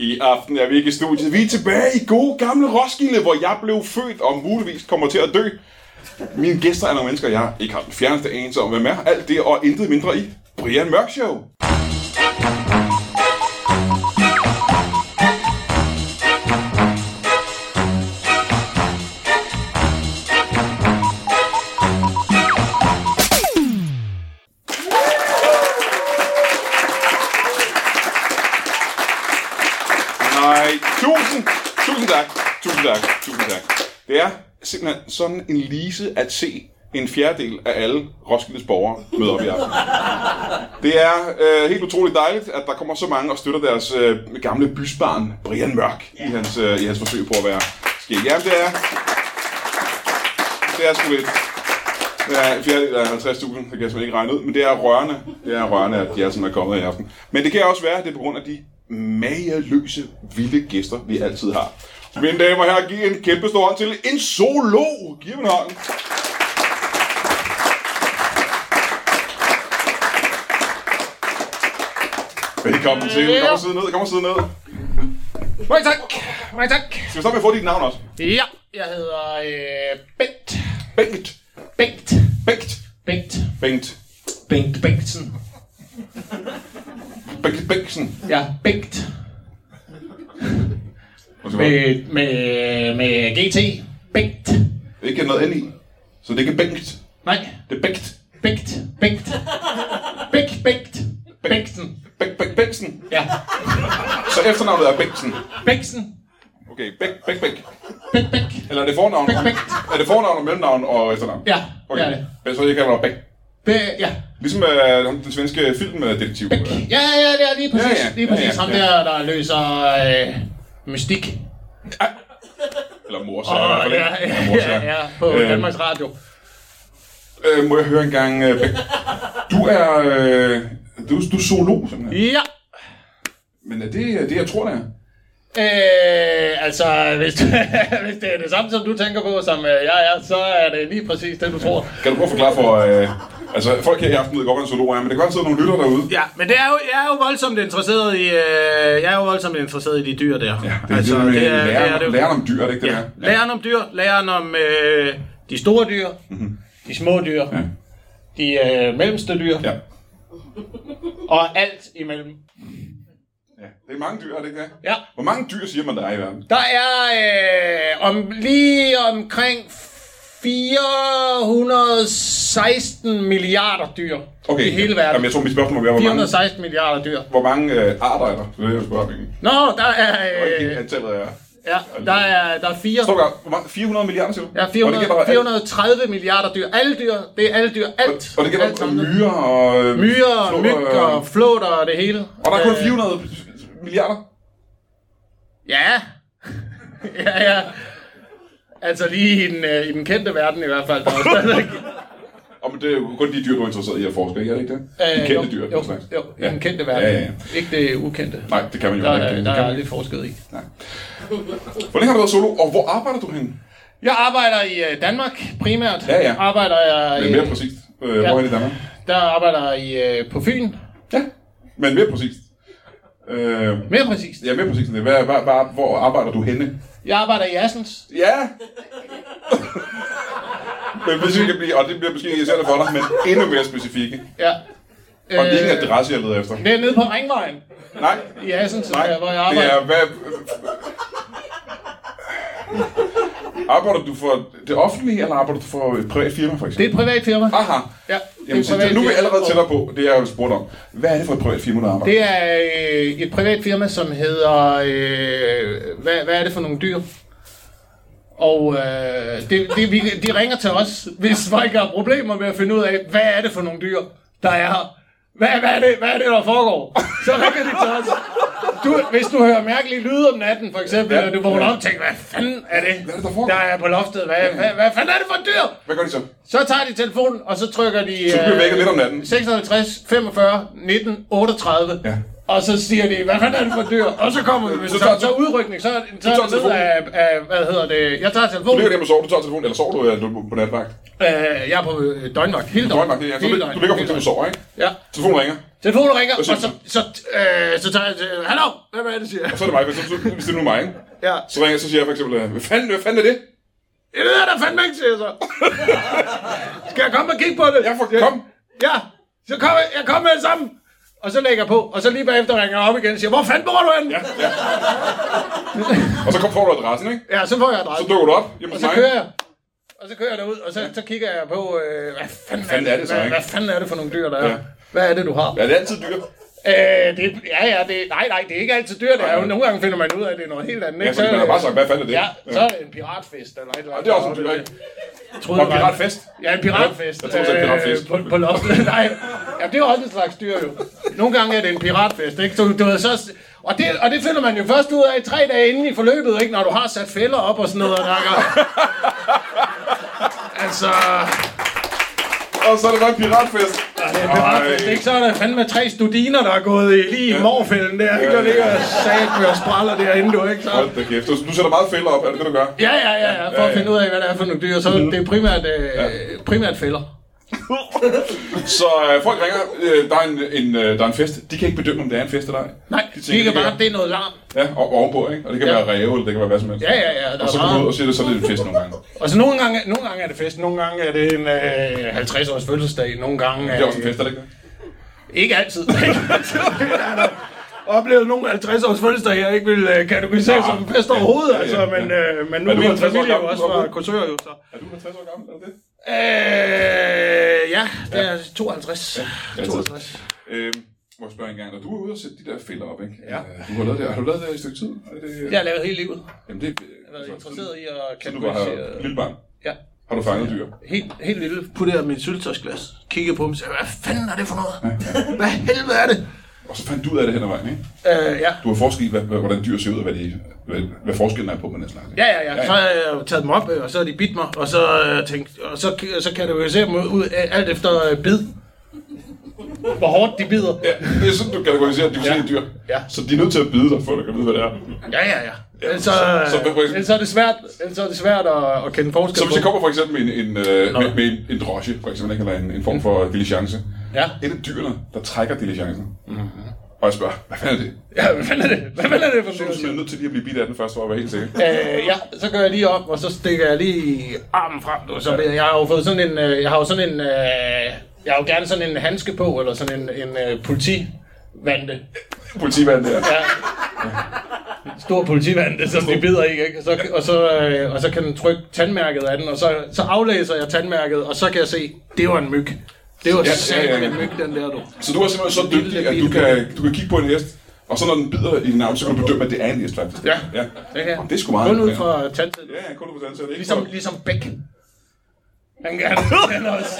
I aften er vi ikke i studiet. Vi er tilbage i gode gamle Roskilde, hvor jeg blev født og muligvis kommer til at dø. Mine gæster er nogle mennesker, jeg ikke har den fjerneste anelse om, hvem er. Alt det og intet mindre i Brian Mørk Show. Nej, tusind, tusind tak, tusind tak, tusind tak. Det er simpelthen sådan en lise at se en fjerdedel af alle Roskildes borgere møde op i aften. Det er øh, helt utroligt dejligt, at der kommer så mange og støtter deres øh, gamle bysbarn, Brian Mørk, i, hans, øh, i hans forsøg på at være skæg. Jamen, det er... Det er sgu lidt. Ja, en fjerdedel af 50.000, det kan jeg simpelthen ikke regne ud, men det er rørende, det er rørende, at de er sådan er kommet i aften. Men det kan også være, at det er på grund af de mageløse, vilde gæster, vi altid har. Mine damer og herrer, giv en kæmpe stor hånd til en solo. Giv dem en hånd. Velkommen til. Kom og sidde ned, kom og sidde ned. Mange tak. Mange tak. Skal vi starte med at få dit navn også? Ja, jeg hedder øh, Bent. Bengt. Bengt. Bengt. Bengt. Bengt. Bengt Bengtsen. Bengt Bengtsen. Ja, Bengt. Undskyld. Med, med, med GT. Bengt. Ikke noget N i. Så det er ikke Bengt. Nej, Det er Bengt. Bengt. Bengt. Bengt. Bengt. Bengtsen. Bengt Bengt Bengtsen. Ja, Så efternavnet er Bengtsen. Bengtsen. Okay, Bengt Bengt Bengt. Bengt. Bengt. Eller er det fornavn? Bengt, Bengt. Er det fornavn og mellemnavn og efternavn? Ja, Okay. okay. det er det. Men så jeg kalder dig Bæk. Be- ja, Ligesom øh, ham, den svenske filmdetektiv. Bæk. øh. Ja, ja, det er lige præcis. Ja, ja, Lige ja, ja, præcis ham ja. der, der løser øh, mystik. Eller Og, morsager. i hvert fald, ja, ikke? Eller ja, ja, morsager. ja, på Øh, Danmarks Radio. Øh, må jeg høre engang, øh, Bæk? Du er... Øh, du, du er zoolog, simpelthen. Ja, Men er det øh, det, jeg tror, det er? Øh, altså, hvis, du, hvis det er det samme, som du tænker på, som øh, jeg er, så er det lige præcis det, du tror. Kan du prøve at forklare for... Øh, altså, folk her i aften ved godt, hvad en zoolog er, men det kan godt sidde nogle lytter derude. Ja, men det er jo, jeg er jo voldsomt interesseret i, øh, jeg er jo voldsomt interesseret i de dyr der. Ja, det er altså, det, med det, læren, jo. læren om dyr, er det ikke det, ja. ja. der? Læren om dyr, læren om øh, de store dyr, Mhm. mm-hmm. de små dyr, ja. de øh, mellemste dyr, Ja. ja. og alt imellem. ja. Det er mange dyr, er det ikke det? Ja. Hvor mange dyr siger man, der er i verden? Der er øh, om lige omkring 416 milliarder dyr Okay. i hele verden. Jamen, jeg tror, mit spørgsmål var, hvor mange, 416 milliarder dyr. hvor mange øh, arter er der? Det er det, jeg spørger. ikke? Nå, der er, Okay, øh, antallet er... ja, der er, der er fire, Står der, hvor mange? 400 milliarder, siger du? ja, Og 400, det gælder, alt- 430 milliarder dyr. Alle dyr, det er alle dyr, alt. og det gælder alt samlet. myrer og... øh, myrer, flåter, og myg og øh, flåter og det hele. Og der er kun Øh, 400 milliarder. Ja. ja, ja. Altså lige i den, øh, i den kendte verden i hvert fald. Der er stadigvæk Og men det er jo kun de dyr, du er interesseret i at forske, ikke? Er det ikke det? de kendte Øh, jo, dyr. Jo, den slags. jo, ja. den kendte verden. Ja, ja, ja. Ikke det ukendte. Nej, det kan man jo Der, ikke. er, Det der kan er man lidt forsket i. ikke. Nej. Hvor længe har du været solo, og hvor arbejder du henne? Jeg arbejder i øh, Danmark primært. Ja, ja. Arbejder jeg Men i, mere præcist. Øh, Hvor er det i Danmark? der arbejder jeg i, øh, på Fyn. Ja, men mere præcist. Øh, Mere præcist. ja, mere præcist end det. Hvad, hvad, hvad, hvor arbejder du henne? Jeg arbejder i Assens. Ja! men hvis vi kan blive, og det bliver måske irriterende for dig, men endnu mere specifikke. Ja. Øh, Og det er ikke en adresse, jeg leder efter. det er nede på Ringvejen Nej, i Assens, nej. der, hvor jeg det arbejder. er, hvad... Arbejder du for det offentlige, eller arbejder du for et privat firma, for det eksempel? er et privat firma. Aha. Ja, Ah. Jamen, et så, privat nu er vi firma. allerede tættere på det, jeg spurgte om. Hvad er det for et privat firma, der arbejder? Det er øh, et privat firma, som hedder... Øh, hvad, hvad er det for nogle dyr? Og øh, det, det, vi, de ringer til os, hvis folk har problemer med at finde ud af, hvad er det for nogle dyr, der er her? Hvad, hvad, er, det, hvad er det, der foregår? Så ringer de til os. du, hvis du hører mærkelige lyde om natten, for eksempel, ja. og du vågner op og tænker, hvad fanden er det, Hvad er det, der foregår? der er på loftet? Hvad, hvad, hvad fanden er det for et dyr? Hvad gør de så? Så tager de telefonen, og så trykker de... Så bliver øh, vækket lidt om natten. 56, 45, 19, 38. Ja. Og så siger de, hvad fanden er det for et dyr? Og så kommer de, hvis Så så, tager- så, så udrykning, så, så tager er det ned af, af, hvad hedder det, jeg tager Du telefonen, ligger hjemme og sover, du tager telefonen, eller sover du, øh, du på natvagt? øh, jeg er på øh, døgnvagt, hele døgnet. Døgnvagt, det er, du, lig- du ligger for eksempel og sover, ikke? Ja. Telefonen ringer, Telefonen ringer, og siger så, så, øh, så tager jeg til, hallo, hvem er det, siger jeg. så er det mig, hvis du- hvis det nu er mig, ikke? Ja. Så ringer jeg, så siger jeg for eksempel, øh, hvad fanden, hvad fanden er det? Det ved jeg da fandme ikke, siger jeg så. Skal jeg komme og kigge på det? Jeg får, kom. Ja, så kom, jeg- jeg kommer med det samme. Og så lægger jeg på, og så lige bagefter ringer jeg op igen og siger, hvor fanden bor du henne? Ja, ja. Og så kom, får du adressen, ikke? ja så får jeg Så adressen. dukker du op hjemme Og hos så mig. kører jeg. Og så kører jeg derud, og så, så kigger jeg på, øh, hvad fanden, fanden er det så, hvad, ikke? hvad fanden er det for nogle dyr, der er? Ja. Hvad er det, du har? Ja, det er altid dyr. Øh, det, ja, ja, det, nej, nej, det er ikke altid dyr, det er jo. Nogle gange finder man ud af, at det er noget helt andet. Ja, ikke? fordi man har bare sagt, hvad fanden er det? Ja, så er det en piratfest eller et eller andet. Det er også en dyr, ikke? Troede, Og det var- piratfest. Ja, en piratfest. Jeg tror, det er en piratfest. Øh, på, på loftet. Nej, ja, det er jo også en slags dyr jo. Nogle gange er det en piratfest, ikke? Så, du ved, så, og, det, og det finder man jo først ud af tre dage inden i forløbet, ikke? Når du har sat fælder op og sådan noget, der Altså, Og så er det bare en piratfest. det er piratfest, Ej. ikke? Så er der fandme tre studiner, der er gået i, lige i morfælden der, ikke? Der ligger sat med og spraller derinde, du, ikke? Så, Hold da kæft. Du- Du sætter meget fælder op, er det det, du gør? ja, ja, ja, ja, for ja. Mhm. at finde ud af, hvad det er for nogle dyr. Så det er primært, øh, primært fælder. Så øh, folk ringer, øh, der, er en, en, øh, der er en fest. De kan ikke bedømme, om det er en fest eller ej. Nej, de de tænker, kigger det bare, er- det er noget larm. Ja, og, og ovenpå, ikke? Og det kan Ja. være ræve, eller det kan være hvad som helst. Ja, ja, ja, der Og så er går du ud meget. og siger det, så er det en fest nogle gange. Og så nogle gange, nogle gange er det fest, nogle gange er det en øh, 50-års fødselsdag, nogle gange Det er... er også en fest, er det ikke det? Ikke altid. oplevet nogle 50-års fødselsdag, jeg ikke vil øh, kategorisere som en fest overhovedet, ja, altså, ja. men, øh, men nu Er er du min 50 år familie jo gammel, også Robin? fra Korsør, jo, så. Er du 50 år gammel, eller det? Øh, ja, det er 52. Ja, 52. Øhm, må jeg spørge en gang, når du er ude og sætte de der fælder op, ikke? Ja. Øh, Du har, lavet det, har du lavet det i et stykke tid? Er det, Det har jeg lavet hele livet. Jamen det Jeg er... har været interesseret i at Du var her, kategorisere... lille barn. Ja, Har du fanget dyr? helt, helt lille. Puttede jeg mit syltøjsglas, kiggede på dem og sagde, hvad fanden er det for noget? Hvad helvede er det? Og så fandt du ud af det hen ad vejen, ikke? Øh, ja. Du har forsket i, hvad, hvad- hvordan dyr ser ud, og hvad, de, hvad, hvad forskellen er på med den slags. ikke? Ja, ja, ja. Så har jeg jo taget dem op, øh, og så har de bidt mig, og så, øh, tænkt, og så, så kan du jo se dem ud øh, alt efter øh, bid. Hvor hårdt de bider. ja. Det er sådan, du kategoriserer de forskellige dyr. Ja. Så de er nødt til at bide dig, for at du kan vide, hvad det er. Ja, ja, ja. Ellers, så- øh, så- så- ellers, er, det svært, ellers er det svært at, at kende forskel Så hvis jeg på. kommer for eksempel med en, en, øh, med, med en, en drosje, for eksempel, ikke? eller en, en form for diligence. Mm. Ja. Et af dyrene, der trækker diligencen. Mm-hmm. Og jeg spørger, hvad fanden er det? Ja, hvad fanden er det? Hvad fanden er det for Så er du noget? simpelthen nødt til lige at blive bidt af den først, for at være helt sikker. Øh, ja, så gør jeg lige op, og så stikker jeg lige armen frem. Du, så ved jeg, jeg har jo fået sådan en, øh, jeg har jo sådan en, øh, jeg har jo gerne sådan en handske på, eller sådan en, en øh, politivante. Politimanden der. Ja. Stor politivand, det, som de bider i, ikke? Så, og, så, øh, og så kan den trykke tandmærket af den, og så, så aflæser jeg tandmærket, og så kan jeg se, det var en myg. Det var ja, ja, satme ja, ja. en myg, den der, du. Så du er simpelthen så dygtig, at du kan, du kan kigge på en hest, og så når den bider i din arm, så kan du bedømme, at det er en hest, faktisk. Ja. ja. Det, kan jeg. Det er sgu meget Kun ud imponerende. fra tandet. Ja, kun du på danser. Det er ikke Ligesom, for- ligesom Bæk. Han kan han også.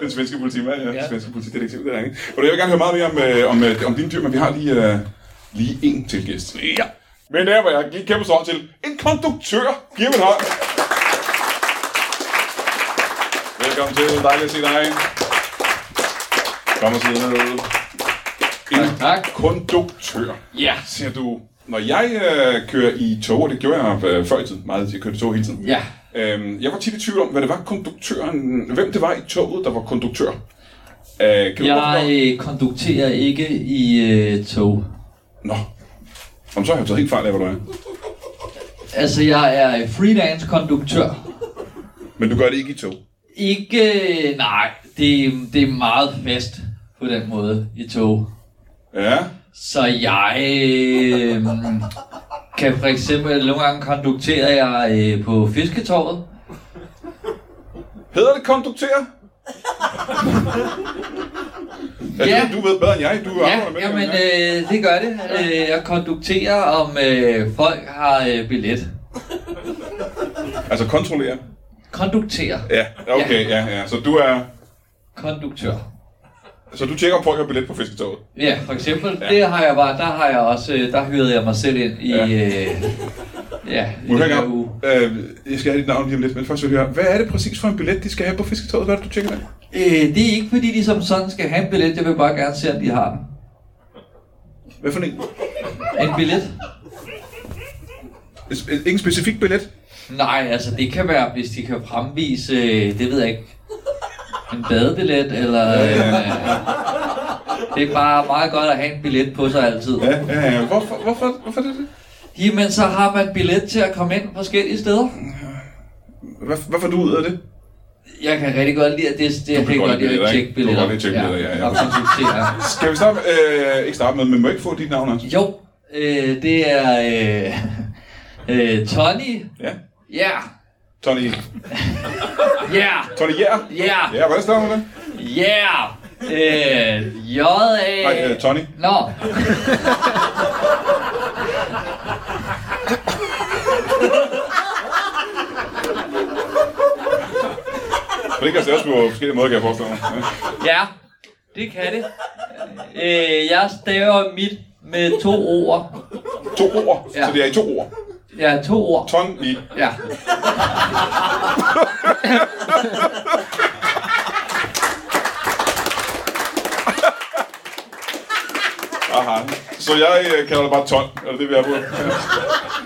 Den svenske politimand, ja. Den svenske politidetektiv, det er rigtigt. Og jeg vil gerne høre meget mere om, øh, om, øh, om dine dyr, men vi har lige, øh, lige én til gæst. Ja. Men der var jeg lige kæmpe stor hånd til. En konduktør! Giv mig en hånd! Velkommen til. Dejligt at se dig. Kom og sidde ned. En tak. konduktør. Ja. Ser du, når jeg øh, kører i tog, og det gjorde jeg øh, før i tiden, meget jeg kørte i tog hele tiden. Ja. Øhm, jeg var tit i tvivl om, hvad det var konduktøren, hvem det var i toget, der var konduktør. Øh, kan du Jeg ja, øh, kondukterer ikke i øh, tog. Nå, Jamen, så har jeg taget helt fejl af, hvad du er. Altså, jeg er freelance-konduktør. Men du gør det ikke i tog. Ikke... øh, Nej, det, er- det er meget fast på den måde i tog. Ja, Så jeg øh, kan for eksempel... Nogle gange kondukterer jeg øh, på fisketorvet. hedder det konduktør? ja, Ja. Du, du ved bedre end jeg, du Ja, arbejder med jamen, det. øh, det gør det. Øh, jeg kondukterer, om øh, folk har øh, billet. Øh... Altså kontrollere. Kondukterer. Ja, okay, ja. ja, Så du er Konduktør. Så du tjekker, om folk har billet på fisketoget? Ja, for eksempel, ja. det har jeg bare, der har jeg også, øh, der hyrede jeg mig selv ind i, Ja. ja, øh, ja i Må den jeg her høre, uge. øh, jeg skal have dit navn lige om lidt, men først vil jeg høre, hvad er det præcis for en billet, de skal have på fisketoget? Hvad er det, du tjekker den? Øh, det er ikke fordi, de som sådan skal have en billet, jeg vil bare gerne se, om de har den. Hvad for en? En billet? S- Ingen specifik billet? Nej, altså det kan være, hvis de kan fremvise, øh, det ved jeg ikke, en badebillet, eller... Øh, det er bare meget godt at have en billet på sig altid. Ja, ja, ja. Hvorfor, hvorfor, hvorfor er det det? Jamen, så har man billet til at komme ind forskellige steder. Hvad, hvad får du ud af det? Jeg kan rigtig godt lide, at det, det jeg kan kan godt godt lide lide at billetter, tjekke ikke? Du kan billetter. godt lide at tjekke billetter, ja, ja. ja. Skal vi starte øh, ikke starte med, men må jeg ikke få dit navn, Anders? Jo, øh, det er øh, øh, Tony. Ja. Ja, Tony, ja, Tony Jær? ja, Ja, hvordan står du med det? ja. Øh, J-A... Nej, øh, Tony. Nå. For det kan jeg også på forskellige måder, kan jeg forestille mig. Ja. Ja, det kan det. Øh, jeg staver mit med to ord. To ord, ja. Ja. så det er i to ord. Ja, to ord. Tony. Ja. Aha. Så jeg øh, kalder dig bare Ton, eller det vi er på.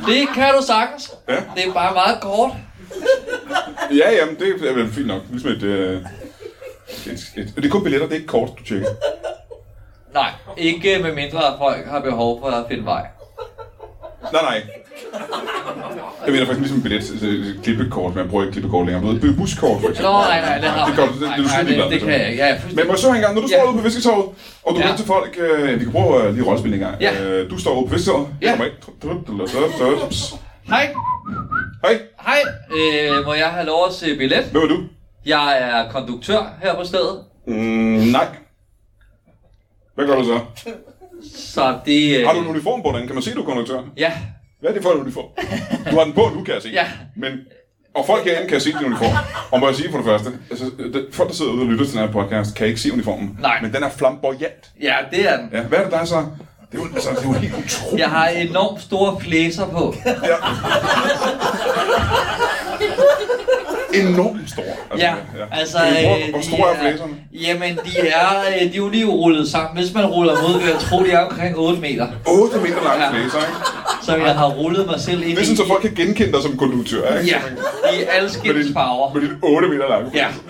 Det kan du sagtens. Ja. Det er bare meget kort. Ja, jamen, det er vel fint nok. Ligesom et, øh, et, et, det er kun billetter, det er ikke kort, du tjekker. Nej, ikke med mindre at folk har behov for at finde vej. Nej, nej. Jeg mener faktisk ligesom et billet, altså et klippekort, man bruger ikke klippekort længere. Men Det er buskort, for Nå, eksempel. nej, nej, det har Det går- det- det er du slet nej, ligeglad det, med, det så. kan jeg ikke. Ja, jeg er fuldstændig- Men må jeg så engang, når du står Ja. ude på fisketoget, og du Ja. ja. til folk, øh, vi kan prøve øh, lige rollespil en gang. Ja. Øh, du står ude på fisketoget, Ja. kommer ind, drup, drup, drup, drup, drup, drup. Hej, Hej, hej. Øh, må jeg have lov at se billet? hvem er du? Jeg er konduktør her på stedet, Mm, nej. Hvad gør du så? så det... Øh, Har du en uniform på den? Kan man se, du er konduktør? Ja, Hvad er det for en uniform? Du har den på nu, kan jeg se. Ja. Men, og folk herinde kan se din uniform. Og må jeg sige for det første, altså, det, folk, der sidder ude og lytter til den her podcast, kan ikke se uniformen. Nej. Men den er flamboyant. ja, det er den. Ja, hvad er det, der er så? Det er jo, altså, det er jo helt utroligt. Jeg har enormt store flæser på. Ja. Enormt store. Ja, altså... Kan vi prøve- øh, Hvor de store er flæserne? Jamen, de er, øh, de er jo lige rullet sammen. Hvis man ruller mod, vil jeg tro, de er omkring 8 meter, 8 meter lange Ja. flæser, ikke? som jeg har rullet mig selv ind Det er sådan, så i. folk kan genkende dig som konduktør, ikke? Ja, i alle Med din, skins farver. med din 8 meter lange Ja, flæser.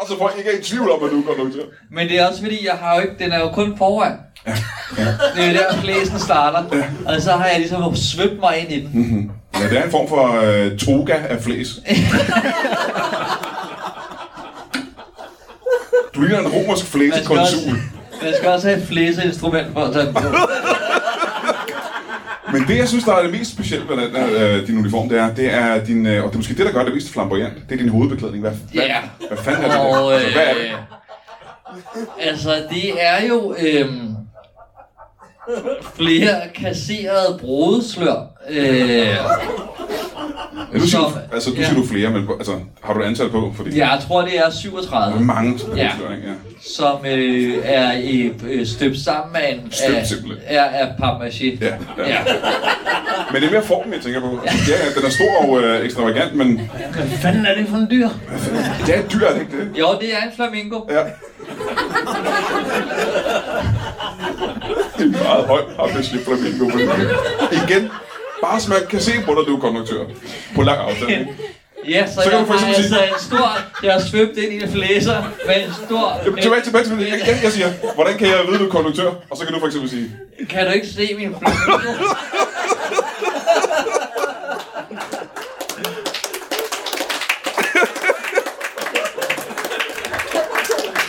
Og så folk ikke er i tvivl om, at du er konduktør. men det er også fordi, jeg har jo ikke... Den er jo kun foran. Det er jo der, flæsen starter. Og så har jeg ligesom svøbt mig ind i den. Ja, det er en form for øh, toga af flæs. du ligner en romersk Man skal, også, flæsekonsul. man skal også have et flæseinstrument for at tage den på. Men det, jeg synes, der er det mest specielt ved den, her, øh, din uniform, det er, det er din, øh, og det er måske det, der gør det mest flamboyant, det er din hovedbeklædning. Hvad, hvad, Ja. hvad fanden er det? der? Og, altså, hvad er det? øh, altså, det er jo øhm, flere kasserede brodeslør. Øh, Ja, nu siger, som- du, altså, du siger ja. du flere, men altså, har du et antal på? Fordi ja. jeg tror, det er der er 37, mange, der Ja. ja. Ikke? Ja. som øh, er øh, øh, støbt sammen af en... Støbt af- simpelthen. Er af papmaché. Ja, ja. ja. Men det er mere formen, jeg tænker på. Altså, ja, ja, den er stor og øh, ekstravagant, men Hvad fanden er det for en dyr? det er et dyr, er det ikke det? Jo, det er en flamingo. Ja. Det er en meget høj papmaché flamingo. men Igen, bare så man kan se på dig, du er konduktør. På lang afstand. ikke? Ja, så, Så kan så du jeg for har eksempel altså sige- en stor... Jeg har svøbt ind i en flæser med en stor... Jamen, tilbage, tilbage, tilbage. Jeg, jeg, jeg siger, hvordan kan jeg vide, du er konduktør? Og så kan du for eksempel sige, Kan du ikke se min flamingo?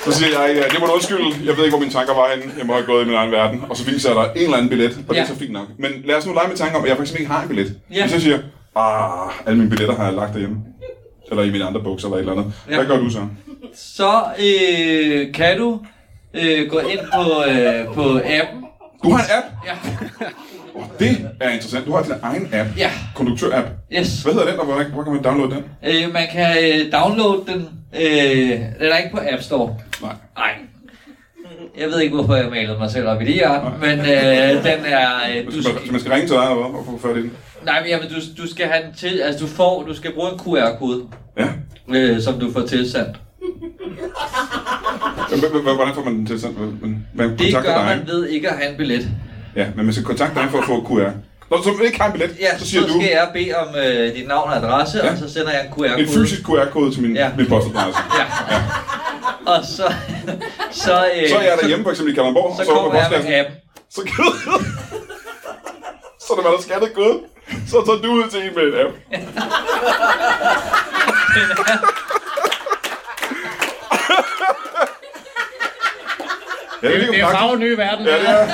så siger jeg, ja, det må du undskylde. Jeg ved ikke, hvor mine tanker var henne. Jeg må have gået i min egen verden. Og så viser jeg dig en eller anden billet, og det er Ja. så fint nok. Men lad os nu lege med tanker om, at jeg faktisk ikke har en billet. Ja. Hvis jeg siger, ah, alle mine billetter har jeg lagt derhjemme. Eller i mine andre bukser, eller et eller andet. Ja. Hvad gør du så? så øh, kan du øh, gå ind på, øh, på appen Du har en app? Ja. Det er interessant. Du har din egen app. Ja. Konduktør-app. Yes. Hvad hedder den, og hvordan, hvor kan man downloade den? Øh, man kan øh, downloade den. Øh, den er ikke på App Store. Nej. Nej. Jeg ved ikke, hvorfor jeg malede mig selv op i det her, men øh, den er... Øh, Så du man, så skal, man skal ringe til dig, eller hvad, og få fat i den? nej, men jamen, du, du skal have den til... Altså, du, får, du skal bruge en QR-kode, Ja. øh, som du får tilsendt. H- h- h- Hvordan får man den tilsendt? Hvad- Man, man Det kontakter gør dig. man ved ikke at have en billet. Ja, men man skal kontakte dig for at få QR. Når du ikke har en billet, Ja, så så, siger så du skal jeg bede om øh, dit navn og adresse, Ja. ja. og så sender jeg en en QR-kode. fysisk QR-kode til min, Ja. min postadresse. Ja. Og så... så, øh, Så er jeg derhjemme, for eksempel i Kalundborg, og så, så så over på kommer jeg postadressen. med appen. Så kan Så når man er skattet gået, så tager du ud til en med en app. Ja, det, Det, det er praktisk. farve nye verden. Ja, det er.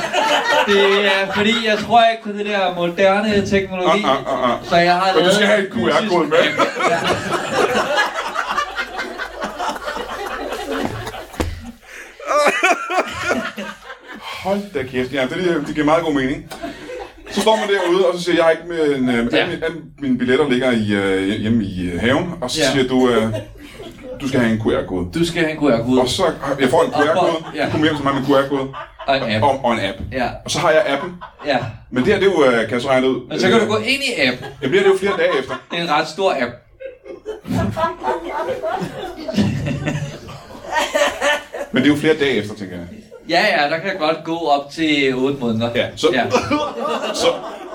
Det er fordi, jeg tror ikke på det der moderne teknologi. Ah, ah, ah, ah. Så jeg har Men du lavet skal have en fysisk- QR-kode med. Hold da kæft. Ja, det, det, det giver meget god mening. Så står man derude, og så siger jeg, jeg har ikke med en, øh, Ja. alle, mine- alle mine billetter ligger i, øh, hjemme i øh, haven, og så Ja. siger du, øh, du skal have en QR-kode. Du skal have en QR-kode Og så, jeg får en QR-kode, ja. jeg kommer hjem til mig med en QR-kode, og en app. og, og en app. Ja, Og så har jeg appen, ja. men det her, det er jo, øh, kan jeg så regne ud. Men så kan du gå ind i appen. Jeg bliver det jo flere dage efter. Det er en ret stor app. Men det er jo flere dage efter, tænker jeg. Ja, ja, der kan jeg godt gå op til 8 måneder. Ja, så, Ja. så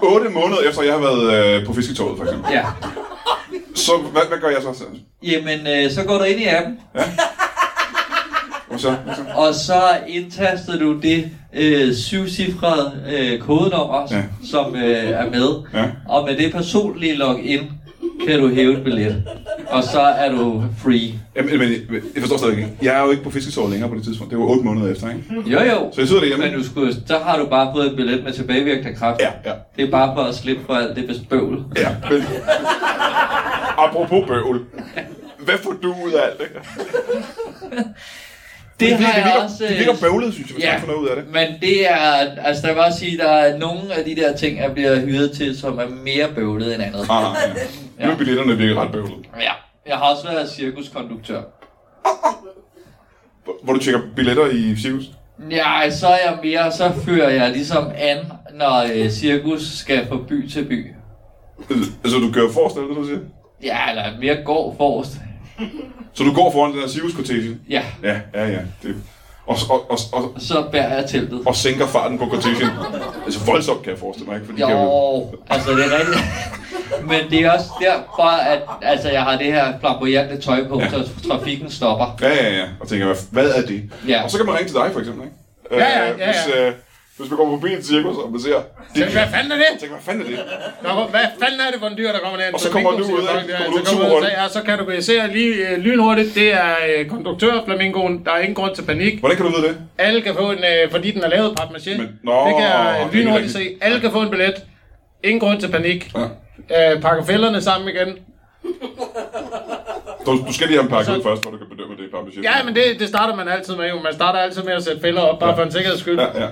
8 måneder efter, jeg har været øh, på fisketoget, for eksempel. ja. Så hvad, hvad gør jeg så? Jamen, øh, så går du ind i appen, Og så, og så? og så indtaster du det øh, syvcifrede øh, kodenummer, Ja. ja. som øh, er med. Ja. Og med det personlige login, kan du hæve et billet. Og så er du free. Jamen, men, jeg forstår stadig ikke. Jeg er jo ikke på fisketoget længere på det tidspunkt. Det var 8 måneder efter, ikke? Jo jo, Så jeg sidder derhjemme. men Mm. du skulle, så har du bare fået en billet med tilbagevirkende kraft. Ja, ja. Det er bare for at slippe for alt det bespøvl. Ja, men... Apropos bøvl. Hvad får du ud af alt det? Det, virker, har det jeg virker, også... det øh, virker bøvlet, synes jeg, hvis ja. ja. man får noget ud af det. Men det er, altså der vil også sige, der er nogle af de der ting, jeg bliver hyret til, som er mere bøvlet end andet. Ah, ja. Nu er billetterne virkelig ret bøvlet. Ja, jeg har også været cirkuskonduktør. Hvor- Hvor du tjekker billetter i cirkus? Ja, så er jeg mere, så fører jeg ligesom an, når øh, cirkus skal fra by til by. Altså, du kører forrest, eller hvad du siger? Ja, eller mere går forrest. Så du går foran den der cirkuskortege? Ja, Ja, ja, ja. Det. Og, og, og, og, så bærer jeg teltet. og sænker farten på kortegen. Altså voldsomt, kan jeg forestille mig, ikke? Fordi Jo, kan jo... altså det er rigtigt. Men det er også derfor, at altså, jeg har det her flamboyante tøj på, Ja. ja. så trafikken stopper. Ja, ja, ja. Og tænker, hvad- hvad er det? Ja. Og så kan man ringe til dig, for eksempel, ikke? Øh, Ja, ja, ja, Hvis, øh, hvis man går forbi en cirkus, og man ser... Det, Tænk, hvad fanden er det? tænker, hvad fanden er det? Nå, hvad fanden er det for en dyr, der kommer ned? Og så kommer du ud, siger ikke? folk, ja, Kommer du så ud kommer ud, turen. så- ja, så kategoriserer lige øh, lynhurtigt. Det er øh, konduktørflamingoen. Der er ingen grund til panik. Hvordan kan du vide det? Alle kan få en, øh, fordi den er lavet af papmaché. Men- Nå, det kan det er jeg ikke øh, lynhurtigt se. rigtigt. Alle kan få en billet. Ingen grund til panik. Ja. Øh, pakker fælderne sammen igen. Du, du skal lige have en pakke Så- ud først, hvor du kan bedømme det. Bare Ja, men det, det starter man altid med jo. Man starter altid med at sætte fælder op, bare for en sikkerheds skyld. Ja, ja.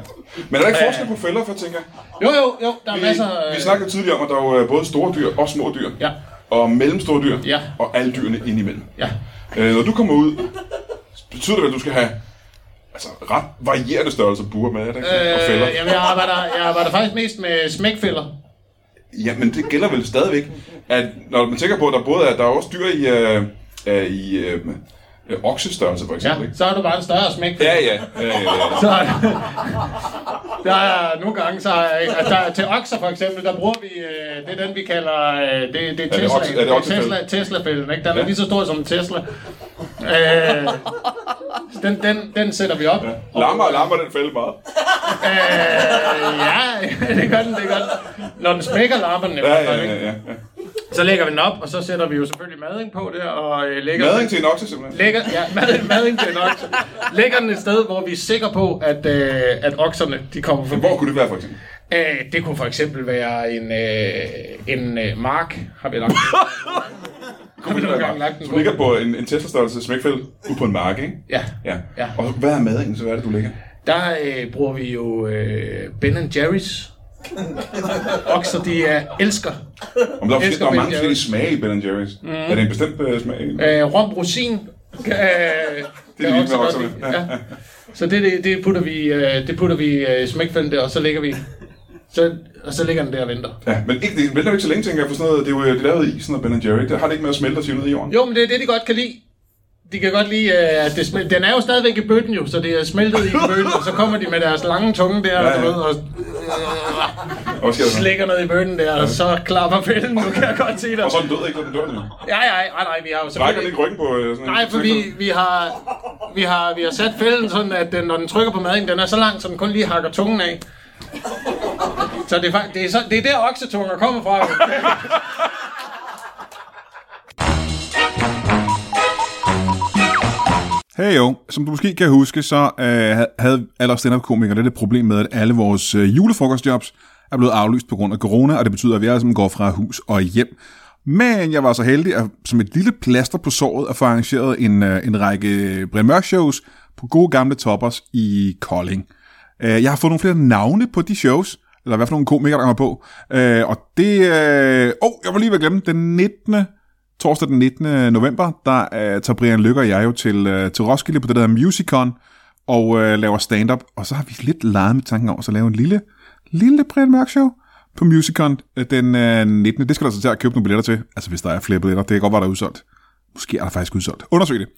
Men er der ikke forskel på fælder, for jeg tænker? Jo, jo, jo. Der er masser... øh, Vi, vi snakkede tidligere om, at der er jo øh, både store dyr og små dyr. Ja. Og mellemstore dyr. Ja. Og alle dyrene indimellem. Ja. Øh, når du kommer ud, betyder det, at du skal have altså, ret varierende størrelser buer med, er det ikke? og fælder. Øh, jamen, jeg arbejder, jeg arbejder faktisk mest med smækfælder. Ja, men det gælder vel stadigvæk, at når man tænker på, at der både er, der er også dyr i, øh, øh, i øh, øh, oksestørrelse, for eksempel. Ja, så har du bare en større smæk. Ja, ja. Øh, ja, ja, ja. Så, der er nogle gange, så er- altså, der, er- til okser for eksempel, der bruger vi, øh, det er den vi kalder, øh, det, det er Tesla, okse- er det det er oksefælden? Tesla, Tesla-fælden, ikke? Den er Ja. lige så stor som en Tesla. Øh, så den, den, den sætter vi op. Og, Lammer og lammer den fælde meget. øh, ja, det gør den, det gør den. Når den smækker, larmer den i Ja, hvert ja, fald, ja. ikke? ja, ja. Så lægger vi den op, og så sætter vi jo selvfølgelig mading på det, og øh, lægger... Mading til en okse, simpelthen. Lægger, ja, mad, mading til en okse. Lægger den et sted, hvor vi er sikre på, at, øh, at okserne de kommer forbi. Hvor kunne det være, for eksempel? Øh, det kunne for eksempel være en, øh, en øh, mark, har vi lagt. Har vi nogle gange lagt den Så på? du ligger på en, en Tesla-størrelse smækfælde ude på en mark, ikke? Ja. Ja. Ja. Og hvad er maden, så hvad er det, du ligger? der øh, bruger vi jo øh, Ben Jerry's. Okser, de er, elsker. Om der, er, forskellige- elsker der er Ben mange forskellige Jerry's. smage i Ben Jerry's. Mm. Er det en bestemt øh, smag? Øh, rom rosin. Kan, øh, lige kan med okser godt okserne. lide. Ja. Så det, det, det putter vi, øh, det putter vi øh, smækfælden der, og så lægger vi. Så, og så ligger den der og venter. Ja, men ikke, det vælter jo ikke så længe, tænker jeg, for sådan noget, det er jo øh, det er lavet i sådan noget Ben Jerry. Det har det ikke med at smelte og sive ned i jorden. Jo, men det er det, de godt kan lide. De kan godt lide, øh, at det smel- den er jo stadigvæk i bøtten jo, så det er smeltet i bøtten, og så kommer de med deres lange tunge der, Ja, ja, ja. ja. Ved, og Og hvad sker der så? slikker noget i bøtten der, og så klapper fælden, nu kan jeg godt se dig. Og så er den død, ikke? Så er den dør nu. Ja, ja, ja, nej, nej, vi har Rækker jo den selvfølgelig... ikke ryggen på øh, sådan en- Nej, for vi, vi, har, vi, har, vi har sat fælden sådan, at den, når den trykker på maden, den er så lang, så den kun lige hakker tungen af. Så det er, fakt- det er, så, det er der oksetunger kommer fra. jo. Hey jo, som du måske kan huske, så øh, havde alle stand komikere lidt et problem med, at alle vores øh, julefrokostjobs er blevet aflyst på grund af corona, og det betyder, at vi alle sammen går fra hus og hjem. Men jeg var så heldig, at som et lille plaster på såret, at få arrangeret en, øh, en række Brian Mørk shows på gode gamle toppers i Kolding. Øh, jeg har fået nogle flere navne på de shows, eller hvad for nogle komikere, der kommer på. Øh, og det... Øh, oh, jeg var lige ved at glemme, den 19. Torsdag den 19. november, der uh, tager Brian Lykke og jeg jo til, uh, til Roskilde på det der Musicon, og uh, laver stand-up. Og så har vi lidt leget med tanken om at så lave en lille, lille Brian Mørk Show på Musicon øh, den øh, 19. Det skal der så til at købe nogle billetter til. Altså hvis der er flere billetter, det kan godt være, der er udsolgt. Måske er der faktisk udsolgt. Undersøg det.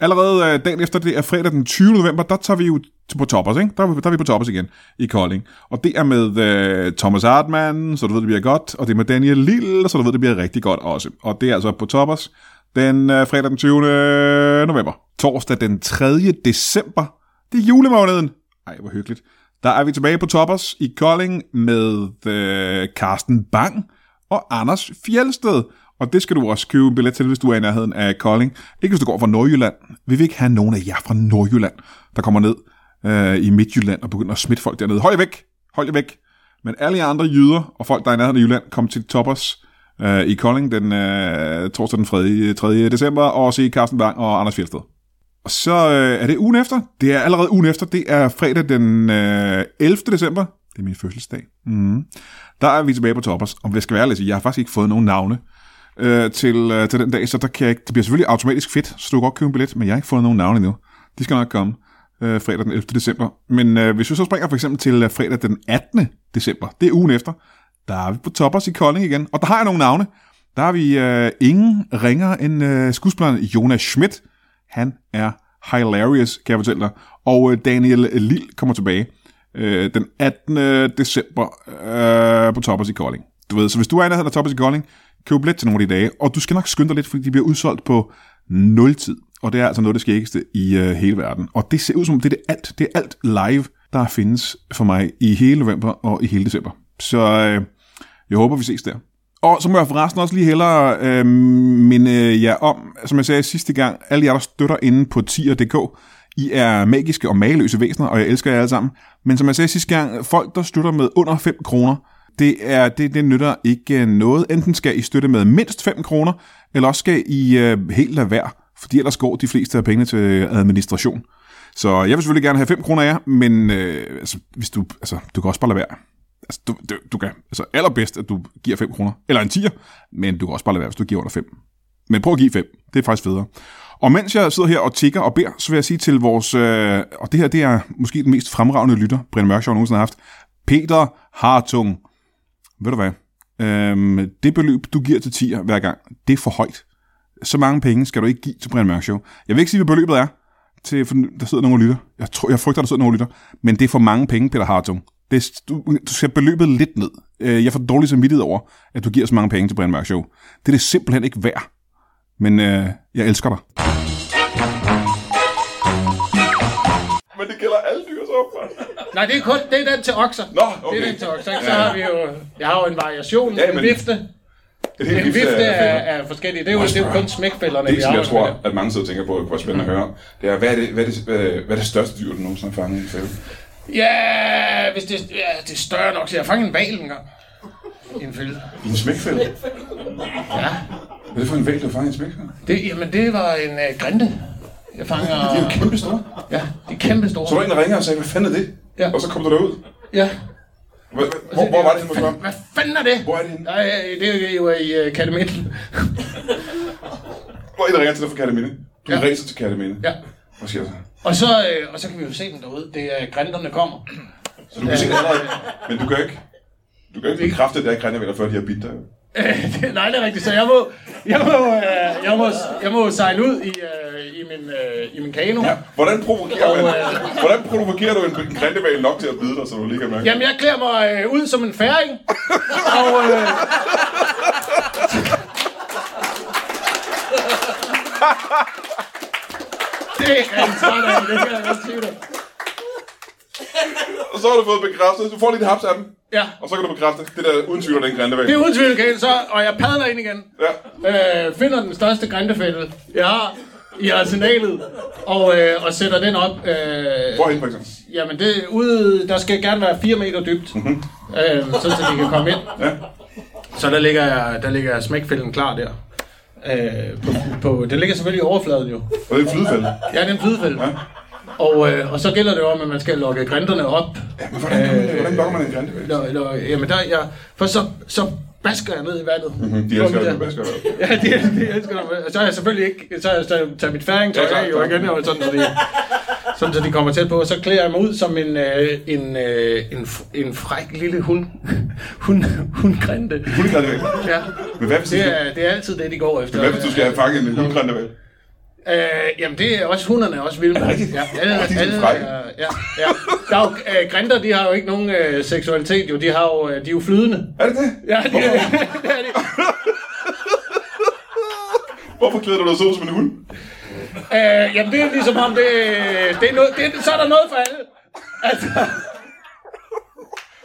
Allerede øh, dagen efter, det er fredag den 20. november, der tager vi jo til- på Toppers, ikke? Der, er vi- der er vi på Toppers igen i Kolding. Og det er med øh, Thomas Hartmann, så du ved, det bliver godt, og det er med Daniel Lille, så du ved, det bliver rigtig godt også. Og det er altså på Toppers den øh, fredag den 20. november. Torsdag den 3. december, det er julemåneden. Ej, hvor hyggeligt. Der er vi tilbage på Toppers i Kolding med øh, Carsten Bang, og Anders Fjelsted. Og det skal du også købe en billet til, hvis du er i nærheden af Kolding. Ikke hvis du går fra Nordjylland. Vi vil ikke have nogen af jer fra Nordjylland, der kommer ned øh, i Midtjylland og begynder at smitte folk dernede. Hold jer væk! Hold jer væk! Men alle jer andre jyder og folk, der er i nærheden af Jylland, kom til Toppers øh, i Kolding den øh, torsdag den 3. 3. december og se Carsten Bang og Anders Fjelsted. Og så øh, er det ugen efter. Det er allerede ugen efter. Det er fredag den øh, 11. december. Det er min fødselsdag. Mm. Der er vi tilbage på Toppers. Og hvad skal være ærlig, jeg har faktisk ikke fået nogen navne øh, til, øh, til den dag, så der kan jeg ikke, det bliver selvfølgelig automatisk fedt, så du kan godt købe en billet, men jeg har ikke fået nogen navne endnu. De skal nok komme øh, fredag den 11. december. Men øh, hvis vi så springer for eksempel til øh, fredag den 18. december, det er ugen efter, der er vi på Toppers i Kolding igen, og der har jeg nogle navne. Der har vi øh, ingen ringer end øh, skuespilleren Jonas Schmidt. Han er hilarious, kan jeg fortælle dig. Og øh, Daniel Lille kommer tilbage øh, den 18. december øh, på Toppers i Kolding. Du ved, så hvis du er i nærheden af Toppers i Kolding, køb billet til nogle af de dage, og du skal nok skynde dig lidt, fordi de bliver udsolgt på 0 tid. Og det er altså noget af det skæggeste i øh, hele verden. Og det ser ud som om, det er det alt, det er alt live, der findes for mig i hele november og i hele december. Så øh, jeg håber, vi ses der. Og så må jeg forresten også lige hellere øh, minde jer om, som jeg sagde sidste gang, alle jer, der støtter inde på tier.dk, I er magiske og mageløse væsener, og jeg elsker jer alle sammen. Men som jeg sagde sidste gang, folk, der støtter med under 5 kroner, det, er, det, det nytter ikke noget. Enten skal I støtte med mindst 5 kroner, eller også skal I øh, helt lade være, fordi ellers går de fleste af pengene til administration. Så jeg vil selvfølgelig gerne have 5 kroner af jer, men øh, altså, hvis du, altså, du kan også bare lade være. Altså, du, du, du kan. Altså, allerbedst, at du giver 5 kroner. Eller en 10'er, men du kan også bare lade være, hvis du giver under 5. Men prøv at give 5. Det er faktisk federe. Og mens jeg sidder her og tigger og beder, så vil jeg sige til vores... Øh, og det her, det er måske den mest fremragende lytter, Brian Mørkshaw nogensinde har haft. Peter Hartung. Ved du hvad? Øhm, det beløb, du giver til 10'er hver gang, det er for højt. Så mange penge skal du ikke give til Brian Mørk Show. Jeg vil ikke sige, hvad beløbet er, til, for der sidder nogen og lytter. Jeg, tror, jeg frygter, der sidder nogen og lytter. Men det er for mange penge, Peter Hartung. Det er, du, du skal beløbet lidt ned. Øh, Jeg får dårlig samvittighed over, at du giver så mange penge til Brian Mørk Show. Det er det simpelthen ikke værd. Men øh, jeg elsker dig. Men det gælder alle dyr så åbenbart. Nej, det er kun det er den til okser. Nå, okay. Det er den til okser. ikke? Så har vi jo, jeg har jo en variation, Ja, ja, men- en vifte. En vifte af, af forskellige. Det er jo, det er jo kun smækfælderne, Det, vi som jeg arbejder med. tror, at mange sidder og tænker på, hvor spændende at høre, det er, hvad er det, hvad er det, hvad er det største dyr, du nogensinde har fanget i en fælde? Ja, hvis det, ja, det er større nok, så jeg fangede en val engang. I en fælde. I en smækfælde? Ja. Hvad er det for en væg, du har fanget i en smækfælde? Det, jamen, det var en uh, grinte. Jeg fanger... De er jo kæmpe store. Ja, de er kæmpe store. Så var der en, der ringede og sagde, hvad fanden er det? Ja. Og så kom du derud. Ja. Hvor, hvor, hvor var det, du måtte komme? Hvad fanden er det? Hvor er det henne? Nej, det er jo i uh, Kattemindel. Hvor er det, der ringer til dig fra Katteminde? Du Ja. ja. rejser til Katteminde. Ja. Hvad sker der så? Og så, øh, og så kan vi jo se dem derude. Det er grinterne kommer. Så du kan se det allerede. Men du kan ikke... Du kan ikke bekræfte, at det er ikke Grænnevæller, før de har bidt dig. Øh, det- Nej, det er rigtigt. Så jeg må, jeg må, øh, jeg må, jeg må sejle ud i, øh, i, min, øh, i min kano. Ja. Hvordan provokerer, Og, man, øh, hvordan provokerer du en grænnevæl nok til at bide dig, så du lige kan mærke? Jamen, jeg klæder mig øh, ud som en færing. og, øh, det er en træt af, det kan jeg godt sige dig. Og så har du fået bekræftet. Du får lige et haps af dem. Ja, Og så kan du bekræfte, det der uden tvivl er den grænnevæl. det er uden tvivl, okay, så, og jeg padler ind igen. Ja. øh, finder den største grintefælde, jeg har i arsenalet, og, øh, og sætter den op. Øh, Hvorhen for eksempel? jamen, det er ude, der skal gerne være 4 meter dybt, øh, sådan så de kan komme ind. Ja. Så der ligger, jeg- der ligger smækfælden klar der. Øh, på, på, den ligger selvfølgelig i overfladen jo. Og det er en flydefælde. Ja, det er en flydefælde. Ja. Og, øh, og så gælder det jo om, at man skal lokke grinterne op. Øh, Ja, men hvordan, gør man det? hvordan lokker man en grænnevæl? Nå, nå, jamen der, jeg, først så, så basker jeg ned i vandet. Mhm, De elsker det, de elsker det. Ja, det, det elsker du. Så har jeg selvfølgelig ikke... Så har jeg stadig taget mit færingtøj Ja, tak, af jo tak. igen, og sådan, så de, sådan, så de kommer tæt på. Og så klæder jeg mig ud som en, øh, en, øh, en, f- en fræk lille hund. Hun, hundgrinte. Hundgrænnevæl. Ja. Men hvad hvis du Det skal, er, det er altid det, de går efter. hvad hvis du skal have fanget en hundgrænnevæl? Øh, jamen, det er også, hunderne er også vilde. med. rigtigt? Ja, alle, Ja, de er sådan alle, frække. er- ja, ja. Der er jo, øh, grinter, de har jo ikke nogen øh, seksualitet, jo. De, har jo, øh, de er jo flydende. Er det det? Ja, det er, det er de. Hvorfor klæder du dig så ud som en hund? Øh, jamen, det er ligesom om, det, det er noget, det, så er der noget for alle. Altså,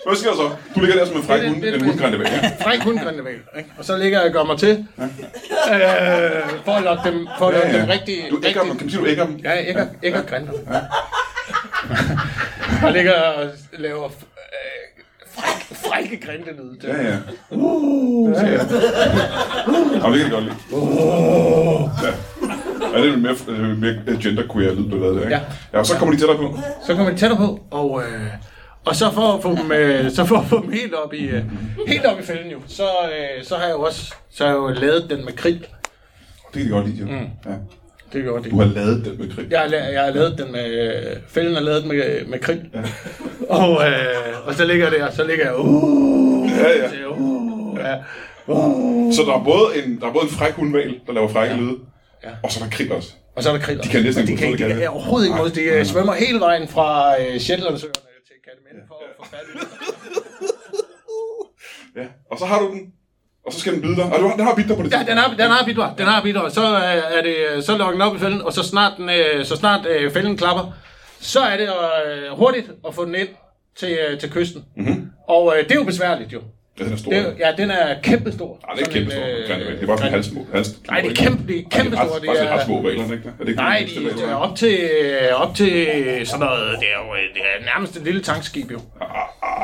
Hvad sker der så? Du ligger der som en fræk Det er hund, det- det er en det- hundgrænnevæl. Ja. fræk hundgrændevæg, ikke? Og så ligger jeg og gør mig til, øh, for at lokke dem, for at lokke dem rigtig... Du ægger dem. rigtig- Kan du sige, du ægger dem? Ja, ægger, ægger grænder. Jeg ligger og laver øh, fræk, frække grændelyde. Ja, ja. Uh, Ja, ja. Jamen, det kan jeg godt lide. Uh. Ja. Ja, det er mere, øh, mere genderqueer lyd, du lavede der, ikke? Ja. Ja, og så kommer de tættere på. Så kommer de tættere på, og, øh, og så for at få dem, øh, så for at få dem helt, op i, øh, helt op i fælden jo, så, øh, så har jeg jo også så har jeg jo lavet den med krig. Det kan de godt lide, jo. Mm. Ja. Det gjorde de. Du har lavet den med krig. Jeg har, la- jeg har lavet den med... Fælden er lavet med, med krim. og, øh, og så ligger det, og så ligger jeg... Uh, Ja, ja. til, uh, ja. Så der er både en, der er både en fræk hundval, der laver frække lyde, Ja. og så er der krig også. Og så er der kritter. De kan næsten Og de ikke kan, forstå, de det kan kan, ja, de. overhovedet ikke Nej. modstå. De øh, svømmer hele vejen fra øh, Shetlandsøerne til Kataminde for at få fat i det. Ja. Og så har du den, og så skal den bide dig. Og du har, den har bidt dig på det Ja, den har, den har bidrag. Den har bidrag. Så øh, er det, øh, så lukker den op i fælden, og så snart, den, øh, så snart øh, fælden klapper, så er det øh, hurtigt at få den ind til, øh, til kysten. Mm-hmm. Og øh, det er jo besværligt jo. Mhm. Ja, den er stor. Det, er jo- ja, den er kæmpestor. Nej, det er ikke Sådan kæmpe stor. en, øh, Det er bare sådan en halv små. Nej, det er kæmpe, det er kæmpe store. Det er ret- faktisk det ret små valer, ikke? Er det ikke Nej, den mindste de hvaler? er op til, øh, op til sådan noget, det er jo øh, det er nærmest et lille tankskib jo.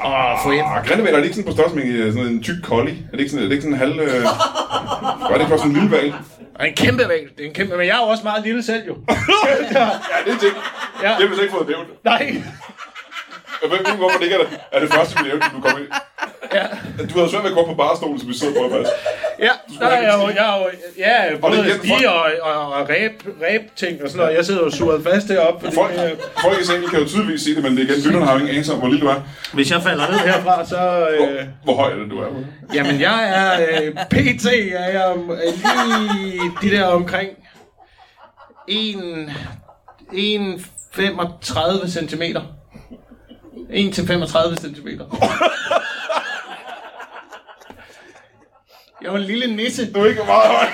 Og få ind. Ah, Grindehval, er det ikke sådan på størrelse med en, øh, sådan en tyk collie? Er det ikke sådan, er det ikke sådan en halv... Øh... Hvad er det for sådan en lille hval? Og en kæmpe væg, det er en kæmpe, men jeg er jo også meget lille selv jo. Ja, det er ting. Ja. Ja. Det har vi slet ikke fået nævnt. Nej, Jeg ved ikke, hvorfor det ikke er det, er det første, vi nævnte, du kom ind. ja, Du havde svært ved at gå op på barstolen, som vi sidder på, faktisk. ja, der er jeg jo, jeg er jo, ja, Og det er både igen- stige og, og, og ræb, ræb ting og sådan noget. Jeg sidder jo surret fast deroppe, fordi Folk, øh, folk i salen kan jo tydeligvis se det, men det er igen, lytterne har jo ingen anelse om, hvor lille du er. hvis jeg falder ned herfra, så... Øh, Hvor høj er det, du er? Jamen, jeg er øh, pt. er jeg om- øh, lige de der omkring 1, 1 35 cm. 1 til 35 cm. Jeg er jo en lille nisse. Du er ikke meget høj.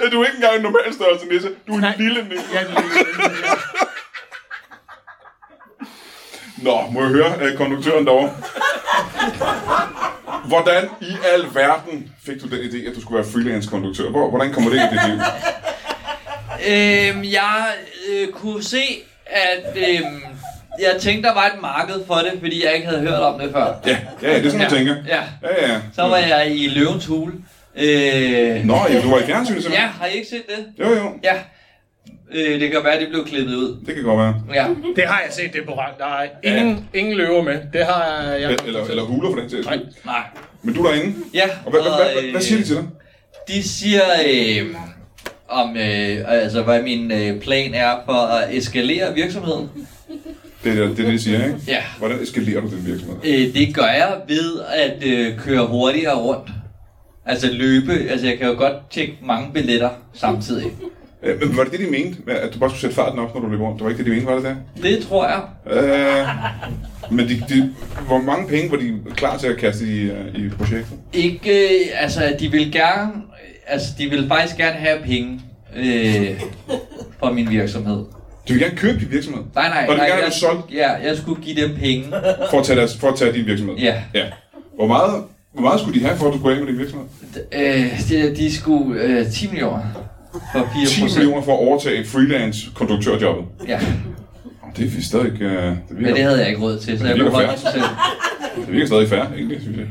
Ja, du er ikke engang en normal størrelse nisse. Du er en Nej. lille nisse. Jeg er en lille nisse. Nå, må jeg høre øh, konduktøren derovre. Hvordan i al verden fik du den idé, at du skulle være freelance-konduktør? Hvor, hvordan kommer det ind i dit liv? Øhm, jeg øh, kunne se, at øhm, jeg tænkte, der var et marked for det, fordi jeg ikke havde hørt om det før. Ja, ja, det er sådan, man tænker. Ja. Ja, ja. Så var jeg i Løvens Hule, Øh, Nå, ja, du var i fjernsynet ja, simpelthen. har I ikke set det? Jo, jo. Ja. Øh, det kan være, det blev klippet ud. Det kan godt være. Ja. Det har jeg set, det er på rang. Der er ingen, ingen løver med. Det har jeg... jeg Eller, eller huler for den sags skyld. Nej. Men du er derinde. Ja. Og hvad, hvad, hvad, øh, hvad siger de til dig? De siger, øh, om, øh, altså, hvad min øh, plan er for at eskalere virksomheden. Det er det, det, er det, de siger, ikke? Ja. Hvordan eskalerer du den virksomhed? Øh, det gør jeg ved at øh, køre hurtigere rundt. Altså løbe. Altså jeg kan jo godt tjekke mange billetter samtidig. Øh, men var det det, de mente? At du bare skulle sætte farten op, når du løb rundt? Det var ikke det, de mente, var det det? Det tror jeg. Øh, men de, de, hvor mange penge var de klar til at kaste i, øh, i projektet? Ikke, øh, altså de vil gerne, altså de vil faktisk gerne have penge øh, for min virksomhed. De vil gerne købe din virksomhed? Nej, nej, Og de nej, vil gerne jeg, have solgt skulle- ja, jeg skulle give dem penge. for at tage, deres, for at tage din virksomhed? Ja. ja. Hvor, meget, hvor meget skulle de have, for at du kunne af med din virksomhed? Øh, de, de skulle øh, 10 millioner for 4 10 millioner for at overtage freelance-konduktørjobbet. Ja, Det er stadig, øh, det, men det virker, havde jeg ikke råd til, så jeg virker kunne holde mig fair. selv. det virker stadig fair, egentlig, synes jeg.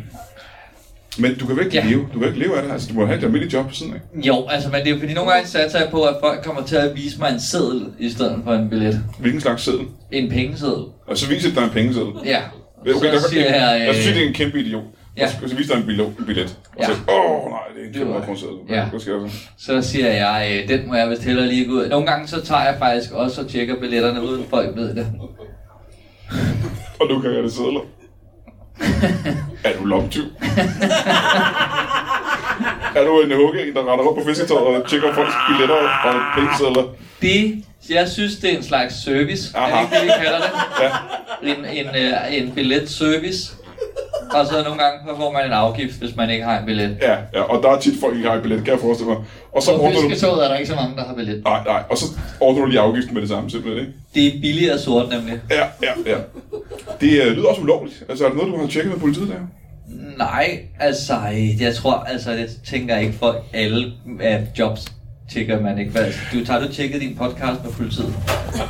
Men du kan vel ikke Ja. leve, du kan ikke leve af det, altså du må have et almindeligt job på siden, ikke? Jo, altså, men det er jo fordi, nogle gange satser jeg på, at folk kommer til at vise mig en seddel i stedet for en billet. Hvilken slags seddel? En pengeseddel. Og så viser det dig en pengeseddel. Ja. Okay, så der, siger jeg... øh, jeg synes, det er en kæmpe idiot. Altså, Ja. Ja. Og så viser der en billet, en billet. Og så, åh nej, det er en Det var- 200 kroner seddel. Ja. Hvad skal jeg så? Så siger jeg, øh, den må jeg vist hellere lige gå ud. Nogle gange så tager jeg faktisk også og tjekker billetterne uden folk ved det. Og nu kan jeg det sædler. er du lomtyv? er du en hugge, der render rundt på fisketøjet og tjekker folks billetter og pengesedler? Det, jeg synes, det er en slags service. Aha. Er Aha. det ikke det, vi kalder det? Ja. En, en, øh, en billetservice. Og så nogle gange så får man en afgift, hvis man ikke har en billet. Ja, ja, og der er tit folk, der har et billet, kan jeg forestille mig. Og så På ordner du... fisketoget er der ikke så mange, der har billet. Nej, nej, og så ordner du lige afgiften med det samme, simpelthen, ikke? Det er billigere sort nemlig. Ja, ja, ja. Det øh, lyder også ulovligt. Altså, er det noget, du har tjekket med politiet der? Nej, altså, øh, jeg tror, altså, jeg tænker ikke for alle af jobs tjekker man ikke. Hvad, altså, du tager du tjekket din podcast med politiet? Jeg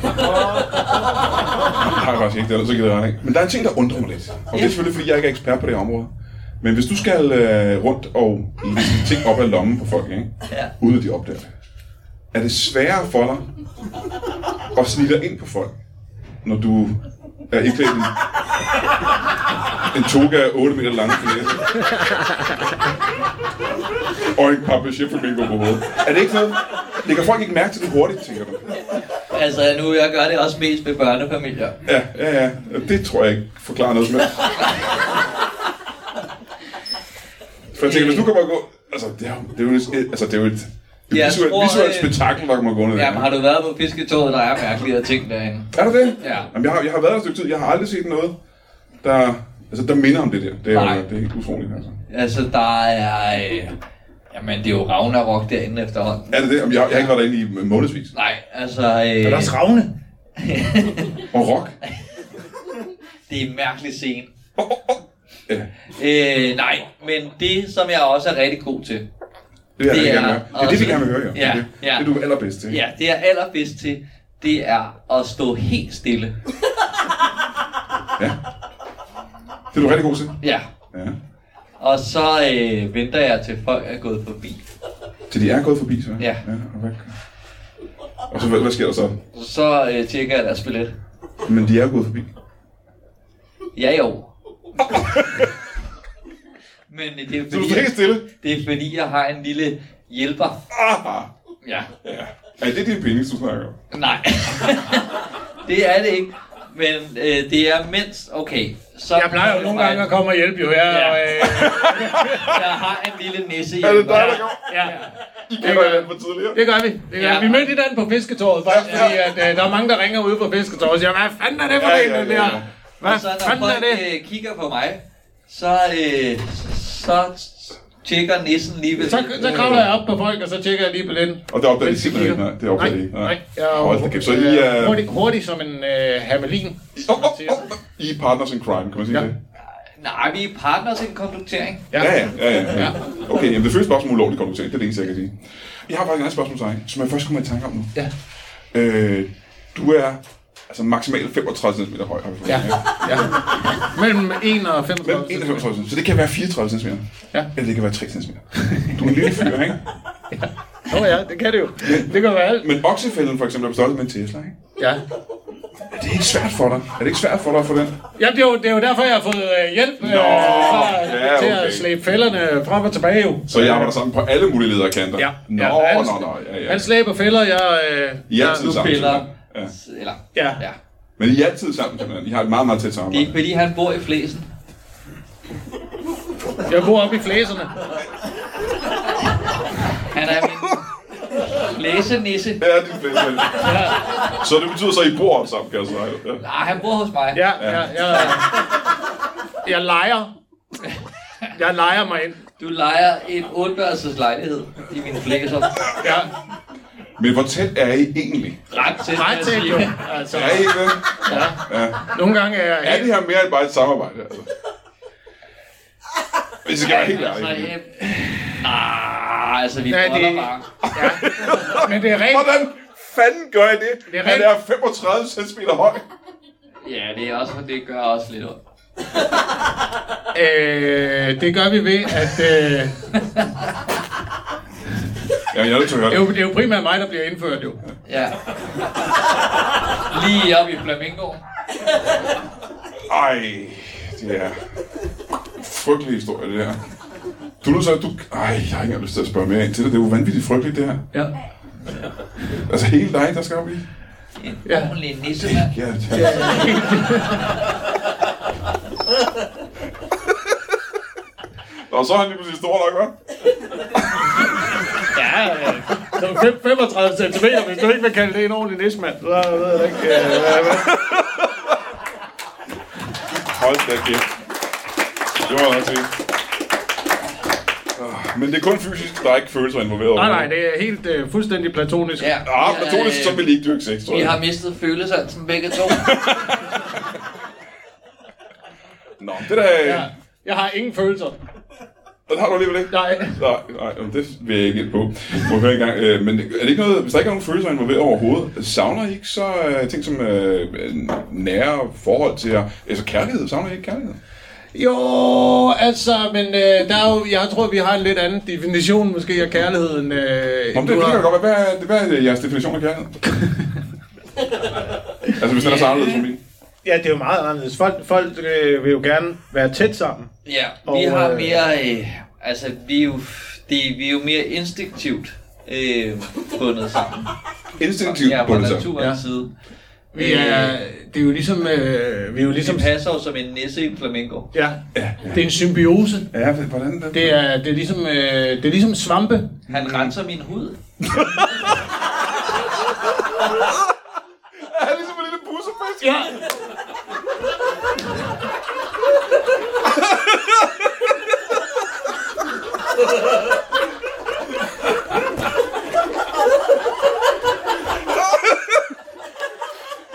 har faktisk ikke det, ellers så gider jeg ikke. Men der er en ting, der undrer mig lidt. Og det er Ja. selvfølgelig, fordi jeg ikke er ekspert på det her område. Men hvis du skal øh, rundt og læse ting op af lommen på folk, ikke? Ja. uden at de opdager det, er det sværere for dig at snige dig ind på folk, når du er iklædt en, en toga 8 meter lang knæse. og en papier flamingo på hovedet. Er det ikke noget? Det kan folk ikke mærke til det hurtigt, tænker du? Altså, nu jeg gør det også mest med børnefamilier. Ja, ja, ja. Det tror jeg ikke forklarer noget som helst. For jeg tænker, hvis du kommer gå... Altså, det er, jo- det er jo, et- altså, det er jo et, et Jeg visuelt, tror, visuelt øh, spektakel, der kommer gående. Jamen, Jamen, har du været på fisketoget, der er mærkeligere ting derinde? er der det? Ja. Jamen, jeg, har, jeg har været der et stykke tid. Jeg har aldrig set noget, der, altså, der minder om det der. Det er, Nej. jo- det er helt utroligt, altså. Altså, der er... Øh, jamen, det er jo Ragnarok derinde efterhånden. Er det det? Jamen, jeg, har- jeg har ikke været derinde i månedsvis. Nej, altså... Øh, Der er også ravne. Og rock. det er en mærkelig scene. Ja. Øh, nej, men det, som jeg også er rigtig god til, Det er, det, Det jeg er gerne vil høre. det, er det, vi også- gerne vil høre, jo. Ja, det, er ja. det, det er du allerbedst til. Ja, det jeg er allerbedst til, det er at stå helt stille. ja. Det er du rigtig god til. Ja. Ja. Og så øh, venter jeg til folk er gået forbi. Til de er gået forbi, så? Ja. ja okay. Og så, hvad, hvad sker der så? Så øh, tjekker jeg deres billet. Men de er jo gået forbi. Ja jo. Men øh, det er, Så du fordi, står helt stille. det er fordi, jeg har en lille hjælper. Aha. Ja. Ja. Er det din penis, du snakker om? Nej. det er det ikke. Men øh, det er mindst... Okay. Så Jeg plejer jo nogle gange at komme og hjælpe, jo. øh, Jeg, Ja. ja. øh, Jeg har en lille nisse Er det dig, hjælper. der går? ja. I kender hinanden fra tidligere. Det gør vi. Det gør Ja. vi. vi mødte hinanden på fisketåret, faktisk, fordi at, øh, der er mange, der ringer ude på fisketåret og siger, hvad fanden er det for Ja, ja, en, ja, den ja, der? ja. Hvad Og så når fanden folk er det? Øh, kigger på mig, så, øh, så tjekker nissen lige ved... Så, så kravler jeg op på folk, og så tjekker jeg lige på den. Og det opdager de Mens de simpelthen ikke. kigger. Nej, det opdager de ikke. Nej, nej. Jeg Hold da kæft, så I oh, øh, er... hurtig, hurtig som en øh, hermelin. Åh, åh, åh, I er partners in crime, kan man sige Ja. det? Nej, vi er partners i en konduktering. Ja, ja, ja. ja, ja. Okay, jamen det første spørgsmål er ulovligt konduktering. Det er det eneste, jeg kan sige. Jeg har faktisk et andet spørgsmål til dig, som jeg først kommer i tanke om nu. Ja. Øh, du er Altså maksimalt 65 cm høj har vi fået. Ja. ikke? ja. Mellem 1 og 35. Mellem 51 cm. Så det kan være 34 cm. Ja. Eller det kan være 3 cm. Du er en lille fyr, ikke? Nå ja, det kan det jo. Det kan være alt. Men oksefælden for eksempel er på størrelse med en Tesla, ikke? Ja. Er det ikke svært for dig? Er det ikke svært for dig at få den? Ja, det er, jo, det er jo derfor, jeg har fået øh, hjælp øh, fra- ja, til okay. at slæbe fælderne frem og tilbage. Jo. Så jeg arbejder sammen på alle mulige ledere kanter. Ja. Nå, Ja, ja, han- nå, nå, ja, ja. Han slæber fælder, jeg... Øh, I er altid Du sammen. piller. Ja. Eller, Ja. ja. Men I er altid sammen, simpelthen. I har et meget, meget tæt Det er ikke samarbejde. fordi, han bor i flæsen. jeg bor oppe i flæserne. Han er min flæsenisse. Ja, det er fedt. Ja. Så det betyder så, at I bor sammen, kan jeg så regne ud. ja. Nej, han bor hos mig. Ja, ja, jeg, øh, jeg leger. Jeg leger mig ind. Du leger en otværelses lejlighed i min flæser. Ja, Men hvor tæt er I egentlig? Ret til, ret til jo. Altså, Er I det? nogle gange er jeg Er det her mere end bare et samarbejde? Altså? Hvis I skal være helt Altså, ærlige. øh, ah, altså, vi Ja, det- prøver det... bare. Men det er rent. Hvordan fanden gør I det? Det er Han rent- er 35 cm høj. Ja, det er også, det gør også lidt ondt. Øh, det gør vi ved, at... Øh, Ja, jeg er nødt til at høre det, er det. jo, det er jo primært mig, der bliver indført jo. Ja. Lige op i Flamingo. Ej, det er frygtelig historie, det her. Du er nødt til at... Du... Ej, jeg har ikke engang lyst til at spørge mere ind til det. Det er jo vanvittigt frygteligt, det her. Ja. Altså hele dig, der skal op i. En Ja. ordentlig nisse, mand. Ja, det er... Og så er han lige pludselig stor nok, hva'? Ja, øh, så er fem- 35 cm, hvis du ikke vil kalde det en ordentlig nismand, så ved jeg ikke. Øh, hvad- hvad- Hold da kæft. Det var også det. Ah, Men det er kun fysisk, der er ikke følelser involveret. nej, nej, det er helt øh, fuldstændig platonisk. Ja, Ah, vi har, platonisk, øh, så vil I ikke dyrke sex, tror Vi jeg. har mistet følelsen begge to. Nå, det der... Ja. Ja. Jeg har ingen følelser. Den har du alligevel ikke. Nej. Nej, nej, jamen, det vil jeg ikke ind på. Må jeg høre engang. øh, Men er det ikke noget, hvis der ikke er nogen følelser involveret overhovedet, savner I ikke så øh, ting som øh, nære forhold til jer? Altså kærlighed, savner I ikke kærlighed? Jo, altså, men øh, der er jo, jeg tror, vi har en lidt anden definition måske af kærligheden. Øh, Om det, end du det har. kan jo godt være, hvad er, hvad er jeres definition af kærlighed? altså hvis den er så anderledes som min. Ja, det er jo meget anderledes. Folk, folk øh, vil jo gerne være tæt sammen. Ja, vi Og, har øh, mere... Øh, altså, vi er jo, det, vi er jo mere instinktivt øh, bundet sammen. Instinktivt Ja, på bundet sammen. naturens Ja. side. Vi er, det er jo ligesom... Øh, vi er jo Ligesom ligesom passer jo som en nisse i Flamingo. ja, det er en symbiose. Ja, hvordan det? Det er, det er, ligesom, øh, det er ligesom svampe. Han renser min hud. er ligesom en lille bussefisk. Ja.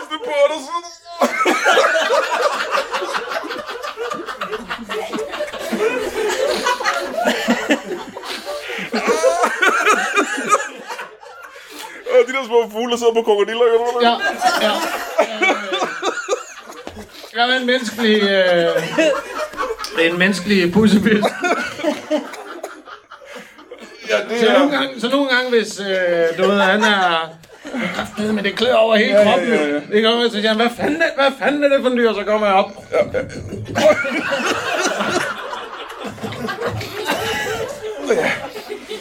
Det burde du sådan. Og de der små fugle, der sidder på krokodiller, kan du Ja, ja. Øh, Jeg er en menneskelig... Øh, det er en menneskelig pussefisk. Ja, det Så er... nogle gange, så nogle gange hvis øh, du ved, han er... Men det klør over hele Ja, ja, kroppen. ja, ja. Det kan man sige, hvad fanden, er- hvad fanden er det for en dyr? Så kommer jeg op.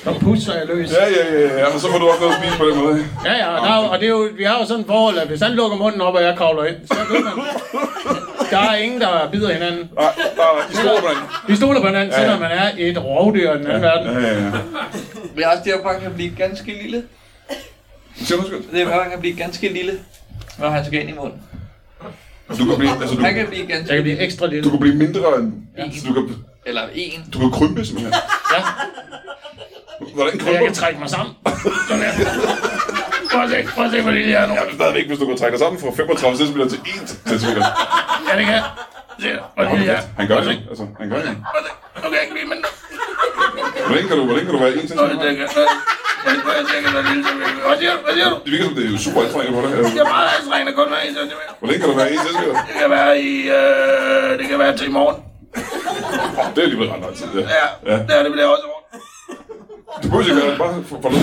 Så pusser jeg løs. Ja, ja, ja, ja, ja, men så får du også noget at spise på den måde. Ja, ja, og, der er, jo- og det er jo, vi har jo sådan et forhold, at hvis han lukker munden op, og jeg kravler ind, så ved man, der er ingen, der bider hinanden. Nej, nej, i store blandt. Vi stoler på hinanden, selvom man er et rovdyr i den anden verden. Ja, ja, ja. Men også derfor, han kan blive ganske lille. Sig undskyld. Det er, at han kan blive ganske lille, når han skal ind i munden. Du kan blive, altså, du, Han kan blive ganske Jeg kan lille. blive ekstra du lille. kan blive mindre end... Så du kan, Eller en. du kan krympe, simpelthen. Ja. Hvordan Jeg krymper kan du? trække mig sammen. Sådan her. Prøv at se, prøv at se, hvor lille jeg er nu. Ja, men stadigvæk, hvis du kan trække dig sammen fra 35 cm til 1 cm. Ja, det kan jeg. Se, hvor lille jeg er. Han gør det, jo. altså. Han gør det. jo. Nu kan jeg ikke blive mindre. Hvordan kan du, hvordan kan du være 1 cm? Det kan jeg. Hvad siger du? Hvad siger du? Det virker som, det er jo super anstrengende for dig. Altså, Jeg er meget anstrengende kun med en centimeter. Hvor længe kan du være i selskabet? Det kan være i... Øh, det kan være til i morgen. Det er alligevel ret lang tid, ja. Ja, ja. Der, det bliver også i morgen. Du behøver ikke gøre det, bare for, for lov.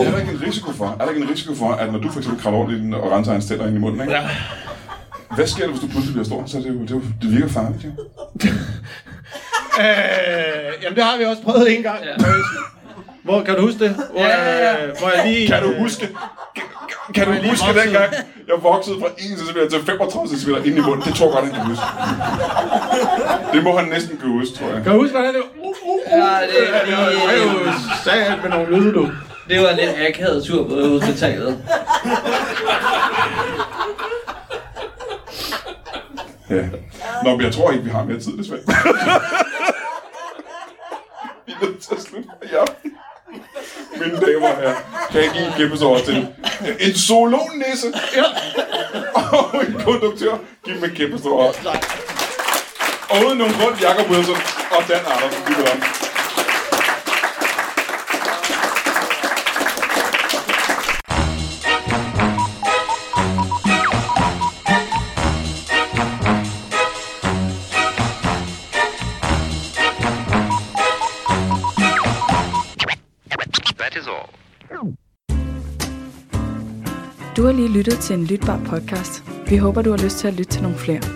Ja. Er der ikke en risiko for, er der ikke en risiko for, at når du for eksempel kravler over i den og renser hans tænder ind i munden, ikke? Ja. Hvad sker der, hvis du pludselig bliver stor? Så er det, jo, det, er jo, det virker farligt, jo. Øh, jamen, det har vi også prøvet en gang. Ja. Hvor, kan du huske det? Hvor, Ja, ja, øh, hvor jeg lige... Kan du øh, huske, kan, kan du lige huske vokset. dengang, jeg voksede fra 1 cm til 35 cm ind i munden? Det tror jeg godt, han kan huske. Det må han næsten kunne huske, tror jeg. Kan du huske, hvordan det var? Uh, uh, uh. Ja, det, Ja, det var det var jo sat med nogle lyde, du. det var en lidt akavet tur på hospitalet. Ja. Nå, men jeg tror ikke, vi har mere tid, desværre. vi er nødt til at slutte for i aften. Mine damer og herrer, kan jeg give en kæmpe sår til en solonisse ja. og en konduktør. Giv dem en kæmpe stor hånd. Og uden nogen grund, Jakob Wilson og Dan Andersen. Vi vil op. That is all. Du har lige lyttet til en lytbar podcast. Vi håber, du har lyst til at lytte til nogle flere.